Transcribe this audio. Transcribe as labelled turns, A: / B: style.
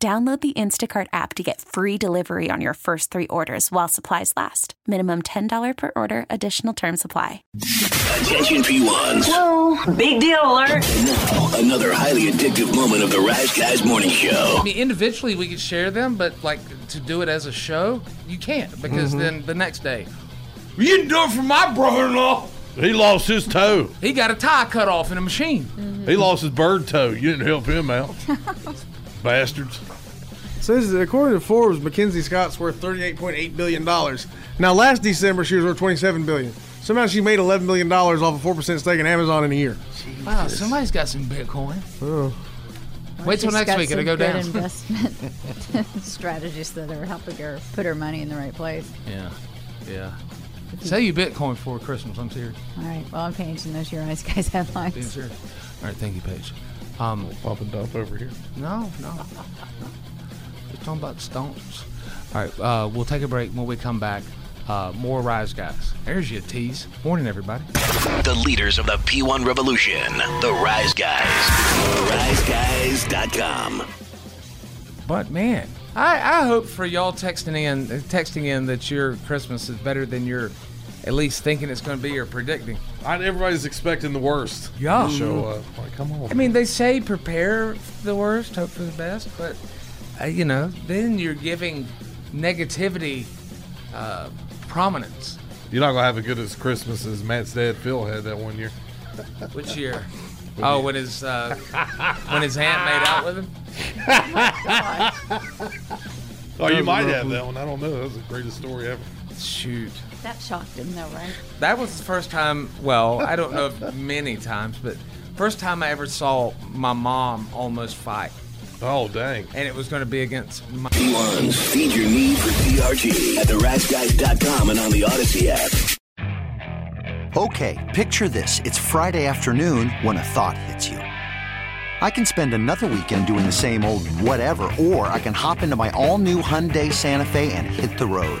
A: Download the Instacart app to get free delivery on your first three orders while supplies last. Minimum $10 per order, additional term supply.
B: Attention P1s.
C: Whoa, big deal alert.
B: Now, another highly addictive moment of the Rash Guys Morning Show.
D: I mean, individually we could share them, but like to do it as a show, you can't because
E: Mm-hmm.
D: then the next day, you didn't do it for my brother-in-law.
E: He lost his toe.
D: He got a tie cut off in a machine.
F: Mm.
E: He lost his bird toe. You didn't help him out. Bastards.
G: Says that according to Forbes, Mackenzie Scott's worth thirty-eight point eight billion dollars. Now, last December she was worth twenty-seven billion. Somehow she made eleven million dollars off a four percent stake in Amazon in a year.
D: Wow, somebody's got some Bitcoin.
E: Oh.
D: Wait till
F: She's
D: next
F: got
D: week;
F: some
D: it'll go
F: good
D: down.
F: Investment strategists that are helping her put her money in the right place.
D: Yeah, yeah. Sell you Bitcoin before Christmas. I'm serious.
F: All right. Well, I'm changing those your eyes guys
D: Being
F: headlines.
D: serious. All right, thank you, Paige. Um,
E: Pop and dump over here.
D: No, no. no. Just talking about stones. All right, uh, we'll take a break. When we come back, uh, more Rise Guys. There's your tease. Morning, everybody.
B: The leaders of the P1 revolution, the Rise Guys. RiseGuys.com.
D: But man, I, I hope for y'all texting in, texting in that your Christmas is better than you're at least thinking it's going to be or predicting.
E: I, everybody's expecting the worst. uh,
D: Yeah.
E: To show up. Like, come on.
D: I mean, they say prepare for the worst, hope for the best, but uh, you know, then you're giving negativity uh, prominence.
E: You're not going to have as good as Christmas as Matt's dad Phil had that one year.
D: Which year? Oh, when his uh, when his aunt made out with him.
E: Oh, you might have that one. I don't know. That was the greatest story ever.
D: Shoot,
F: That shocked him, though, right?
D: that was the first time. Well, I don't know if many times, but first time I ever saw my mom almost fight,
E: Oh, dang.
D: and it was going to be against my.
B: P1s, feed your need for TRG at theriseguys.com and on the Odyssey app.
H: Okay, picture this. It's Friday afternoon when a thought hits you. I can spend another weekend doing the same old whatever, or I can hop into my all new Hyundai Santa Fe and hit the road.